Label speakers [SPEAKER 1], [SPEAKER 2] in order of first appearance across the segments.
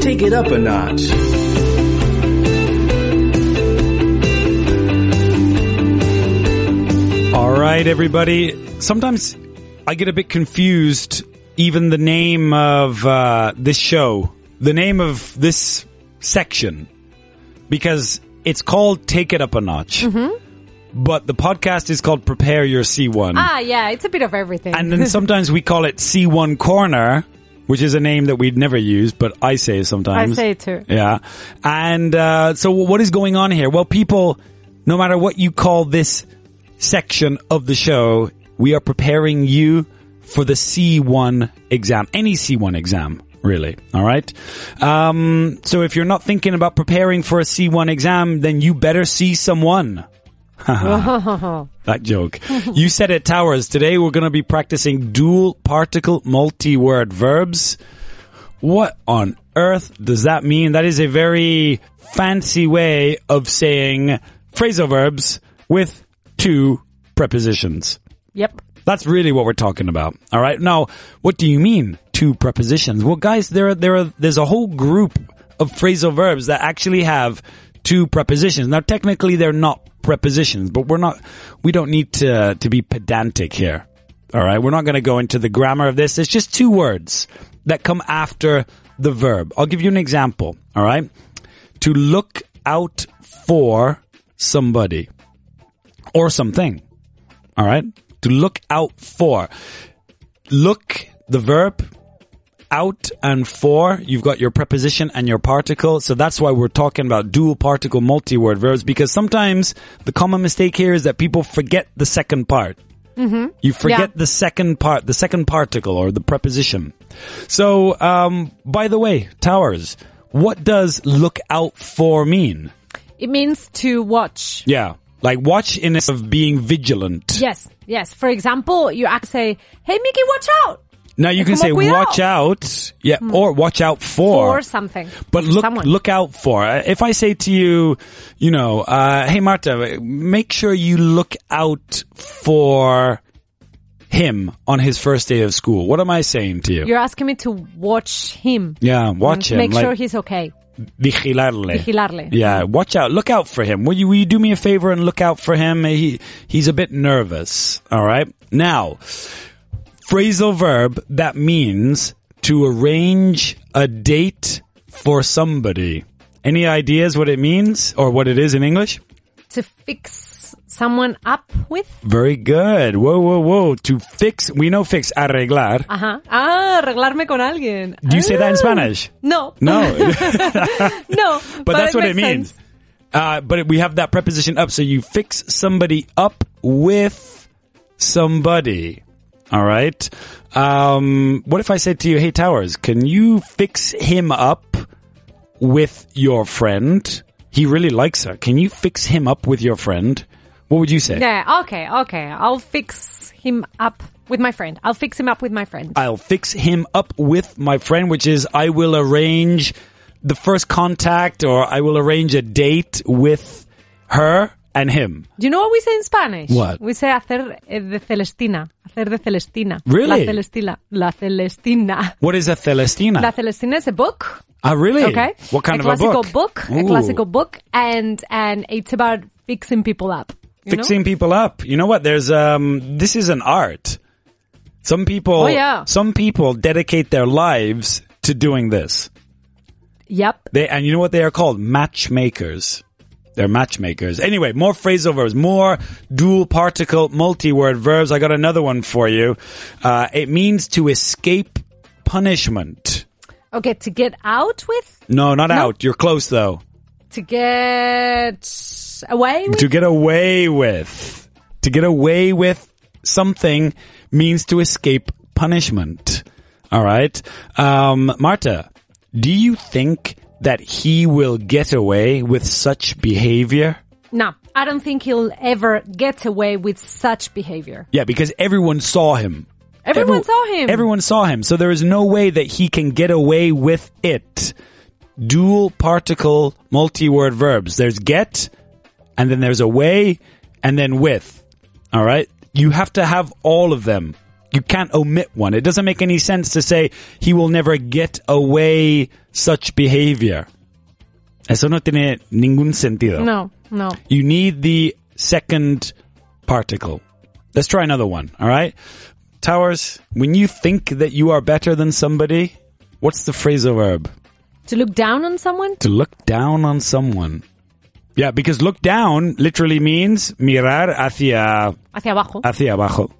[SPEAKER 1] kick it up a notch.
[SPEAKER 2] All right, everybody. Sometimes I get a bit confused, even the name of uh, this show, the name of this section, because it's called Take It Up a Notch. But the podcast is called Prepare Your C1.
[SPEAKER 3] Ah, yeah, it's a bit of everything.
[SPEAKER 2] And then sometimes we call it C1 Corner, which is a name that we'd never use, but I say it sometimes.
[SPEAKER 3] I say it too.
[SPEAKER 2] Yeah. And uh, so what is going on here? Well, people, no matter what you call this section of the show, we are preparing you for the C1 exam, any C1 exam. Really, all right. Um, so if you're not thinking about preparing for a C1 exam, then you better see someone. That joke. you said it, Towers. Today we're going to be practicing dual particle multi word verbs. What on earth does that mean? That is a very fancy way of saying phrasal verbs with two prepositions.
[SPEAKER 3] Yep.
[SPEAKER 2] That's really what we're talking about. All right. Now, what do you mean two prepositions? Well, guys, there are, there are, there's a whole group of phrasal verbs that actually have two prepositions. Now, technically, they're not prepositions, but we're not, we don't need to, to be pedantic here. All right. We're not going to go into the grammar of this. It's just two words that come after the verb. I'll give you an example. All right. To look out for somebody or something. All right. To look out for. Look, the verb, out and for. You've got your preposition and your particle. So that's why we're talking about dual particle multi word verbs because sometimes the common mistake here is that people forget the second part. Mm-hmm. You forget
[SPEAKER 3] Yeah.
[SPEAKER 2] the second part, the second particle or the preposition. So, um, by the way, Towers, what does look out for mean?
[SPEAKER 3] It means to watch.
[SPEAKER 2] Yeah. Like watch in a sense of being vigilant.
[SPEAKER 3] Yes, yes. For example, you act say, "Hey, Mickey, watch out!"
[SPEAKER 2] Now you can
[SPEAKER 3] come
[SPEAKER 2] say
[SPEAKER 3] up with
[SPEAKER 2] watch out, yeah, or watch out for,
[SPEAKER 3] or something.
[SPEAKER 2] but look
[SPEAKER 3] Hmm. someone.
[SPEAKER 2] look out for. Uh, If I say to you, you know, uh, hey Marta, make sure you look out for him on his first day of school. What am I saying to you?
[SPEAKER 3] You're asking me to watch him.
[SPEAKER 2] yeah,
[SPEAKER 3] and
[SPEAKER 2] watch him.
[SPEAKER 3] Make
[SPEAKER 2] like,
[SPEAKER 3] sure he's okay.
[SPEAKER 2] vigilarle.
[SPEAKER 3] Vigilarle.
[SPEAKER 2] Yeah, watch out. Look out for him. Will you, will you do me a favor and look out for him? He, he's a bit nervous. All right. Now, phrasal verb that means to arrange a date for somebody. Any ideas what it means or what it is in English?
[SPEAKER 3] To fix someone up with.
[SPEAKER 2] Very good. Whoa, whoa, whoa. To fix, we know fix, arreglar.
[SPEAKER 3] Uh huh. Ah, arreglarme con alguien.
[SPEAKER 2] Do you say that in
[SPEAKER 3] Ah.
[SPEAKER 2] Spanish?
[SPEAKER 3] No.
[SPEAKER 2] No.
[SPEAKER 3] no.
[SPEAKER 2] but, that's what it
[SPEAKER 3] makes
[SPEAKER 2] means.
[SPEAKER 3] sense.
[SPEAKER 2] Uh, but we have that preposition up, so you fix somebody up with somebody. All right. Um, what if I said to you, "Hey Towers, can you fix him up with your friend? He really likes her. Can you fix him up with your friend?" What would you say?
[SPEAKER 3] Yeah. Okay. Okay. I'll fix him up with my friend. I'll fix him up with my friend.
[SPEAKER 2] I'll fix him up with my friend, which is I will arrange the first contact or I will arrange a date with her and him.
[SPEAKER 3] Do you know what we say in Spanish?
[SPEAKER 2] What?
[SPEAKER 3] We say hacer eh, de Celestina. Hacer de Celestina.
[SPEAKER 2] Really?
[SPEAKER 3] La Celestina. La Celestina.
[SPEAKER 2] What is a Celestina?
[SPEAKER 3] La Celestina is a book.
[SPEAKER 2] Ah, really?
[SPEAKER 3] Okay.
[SPEAKER 2] What kind
[SPEAKER 3] a
[SPEAKER 2] of a
[SPEAKER 3] classical
[SPEAKER 2] book?
[SPEAKER 3] book? A
[SPEAKER 2] Ooh.
[SPEAKER 3] classical book. And, and it's about fixing people up. you know?
[SPEAKER 2] Fixing people up. You know what? There's um. This is an art. Some people.
[SPEAKER 3] Oh, yeah.
[SPEAKER 2] Some people dedicate their lives to doing this.
[SPEAKER 3] Yep.
[SPEAKER 2] They and you know what they are called? Matchmakers. They're matchmakers. Anyway, more phrasal verbs, more dual particle multi-word verbs. I got another one for you. Uh, it means to escape punishment.
[SPEAKER 3] Okay. To get out with?
[SPEAKER 2] No, not
[SPEAKER 3] No.
[SPEAKER 2] out. You're close though.
[SPEAKER 3] To get away with?
[SPEAKER 2] To get away with. To get away with something means to escape punishment. All right. Um, Marta, do you think that he will get away with such behavior?
[SPEAKER 3] No. I don't think he'll ever get away with such behavior.
[SPEAKER 2] Yeah, because everyone saw him.
[SPEAKER 3] Everyone
[SPEAKER 2] Every-
[SPEAKER 3] saw him.
[SPEAKER 2] Everyone saw him. So there is no way that he can get away with it. Dual particle multi word verbs. There's get, and then there's away, and then with. All right? You have to have all of them. you can't omit one. It doesn't make any sense to say he will never get away such behavior. Eso no tiene ningún sentido.
[SPEAKER 3] No, no.
[SPEAKER 2] You need the second particle. Let's try another one, all right? Towers, when you think that you are better than somebody, what's the phrasal verb?
[SPEAKER 3] To look down on someone?
[SPEAKER 2] To look down on someone. Yeah, because look down literally means mirar hacia
[SPEAKER 3] Hacia abajo.
[SPEAKER 2] hacia abajo.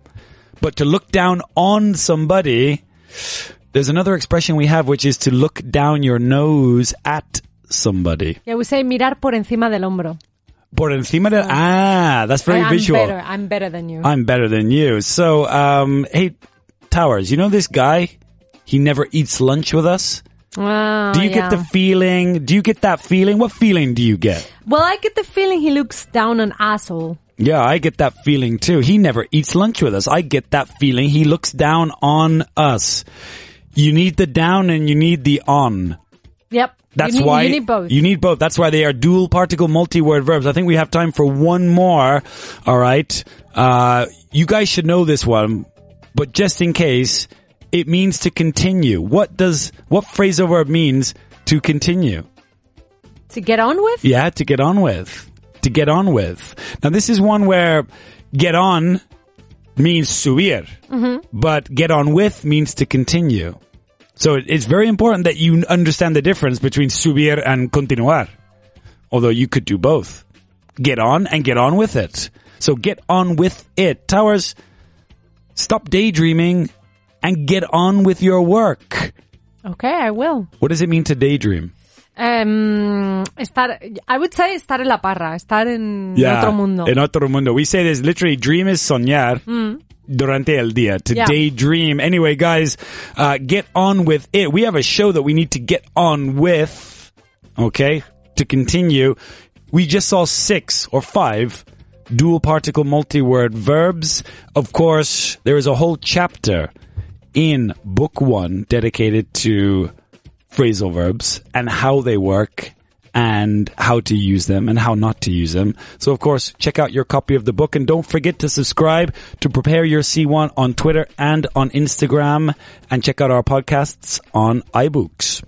[SPEAKER 2] But to look down on somebody, there's another expression we have which is to look down your nose at somebody.
[SPEAKER 3] Yeah, we say mirar por encima del hombro.
[SPEAKER 2] Por encima del ah, that's very
[SPEAKER 3] I'm
[SPEAKER 2] visual. Uh,
[SPEAKER 3] better. I'm better than you.
[SPEAKER 2] I'm better than you. So, um, hey, Towers, you know this guy? He never eats lunch with us.
[SPEAKER 3] Ah,
[SPEAKER 2] Do you
[SPEAKER 3] yeah.
[SPEAKER 2] get the feeling? Do you get that feeling? What feeling do you get?
[SPEAKER 3] Well, I get the feeling he looks down on us all.
[SPEAKER 2] Yeah, I get that feeling too. He never eats lunch with us. I get that feeling. He looks down on us. You need the down and you need the on.
[SPEAKER 3] Yep.
[SPEAKER 2] That's
[SPEAKER 3] you need,
[SPEAKER 2] why
[SPEAKER 3] you need both.
[SPEAKER 2] You need both. That's why they are dual particle multi-word verbs. I think we have time for one more. All right. Uh, you guys should know this one, but just in case, it means to continue. What does what phrasal verb means to continue?
[SPEAKER 3] to get on with?
[SPEAKER 2] Yeah, to get on with. To get on with. Now this is one where get on means subir, but get on with means to continue. So it, it's very important that you understand the difference between subir and continuar. Although you could do both. Get on and get on with it. So get on with it. Towers, stop daydreaming and get on with your work.
[SPEAKER 3] Okay, I will.
[SPEAKER 2] What does it mean to daydream?
[SPEAKER 3] Um, estar, I would say estar en la parra, estar en otro mundo. Mm.
[SPEAKER 2] En otro mundo. We say this literally dream is soñar durante el día, to
[SPEAKER 3] Yeah.
[SPEAKER 2] daydream. Anyway, guys, uh, get on with it. We have a show that we need to get on with, okay, to continue. We just saw six or five dual particle multi word verbs. Of course, there is a whole chapter in book one dedicated to phrasal verbs and how they work and how to use them and how not to use them. So of course, check out your copy of the book and don't forget to subscribe to prepare your C1 on Twitter and on Instagram and check out our podcasts on iBooks.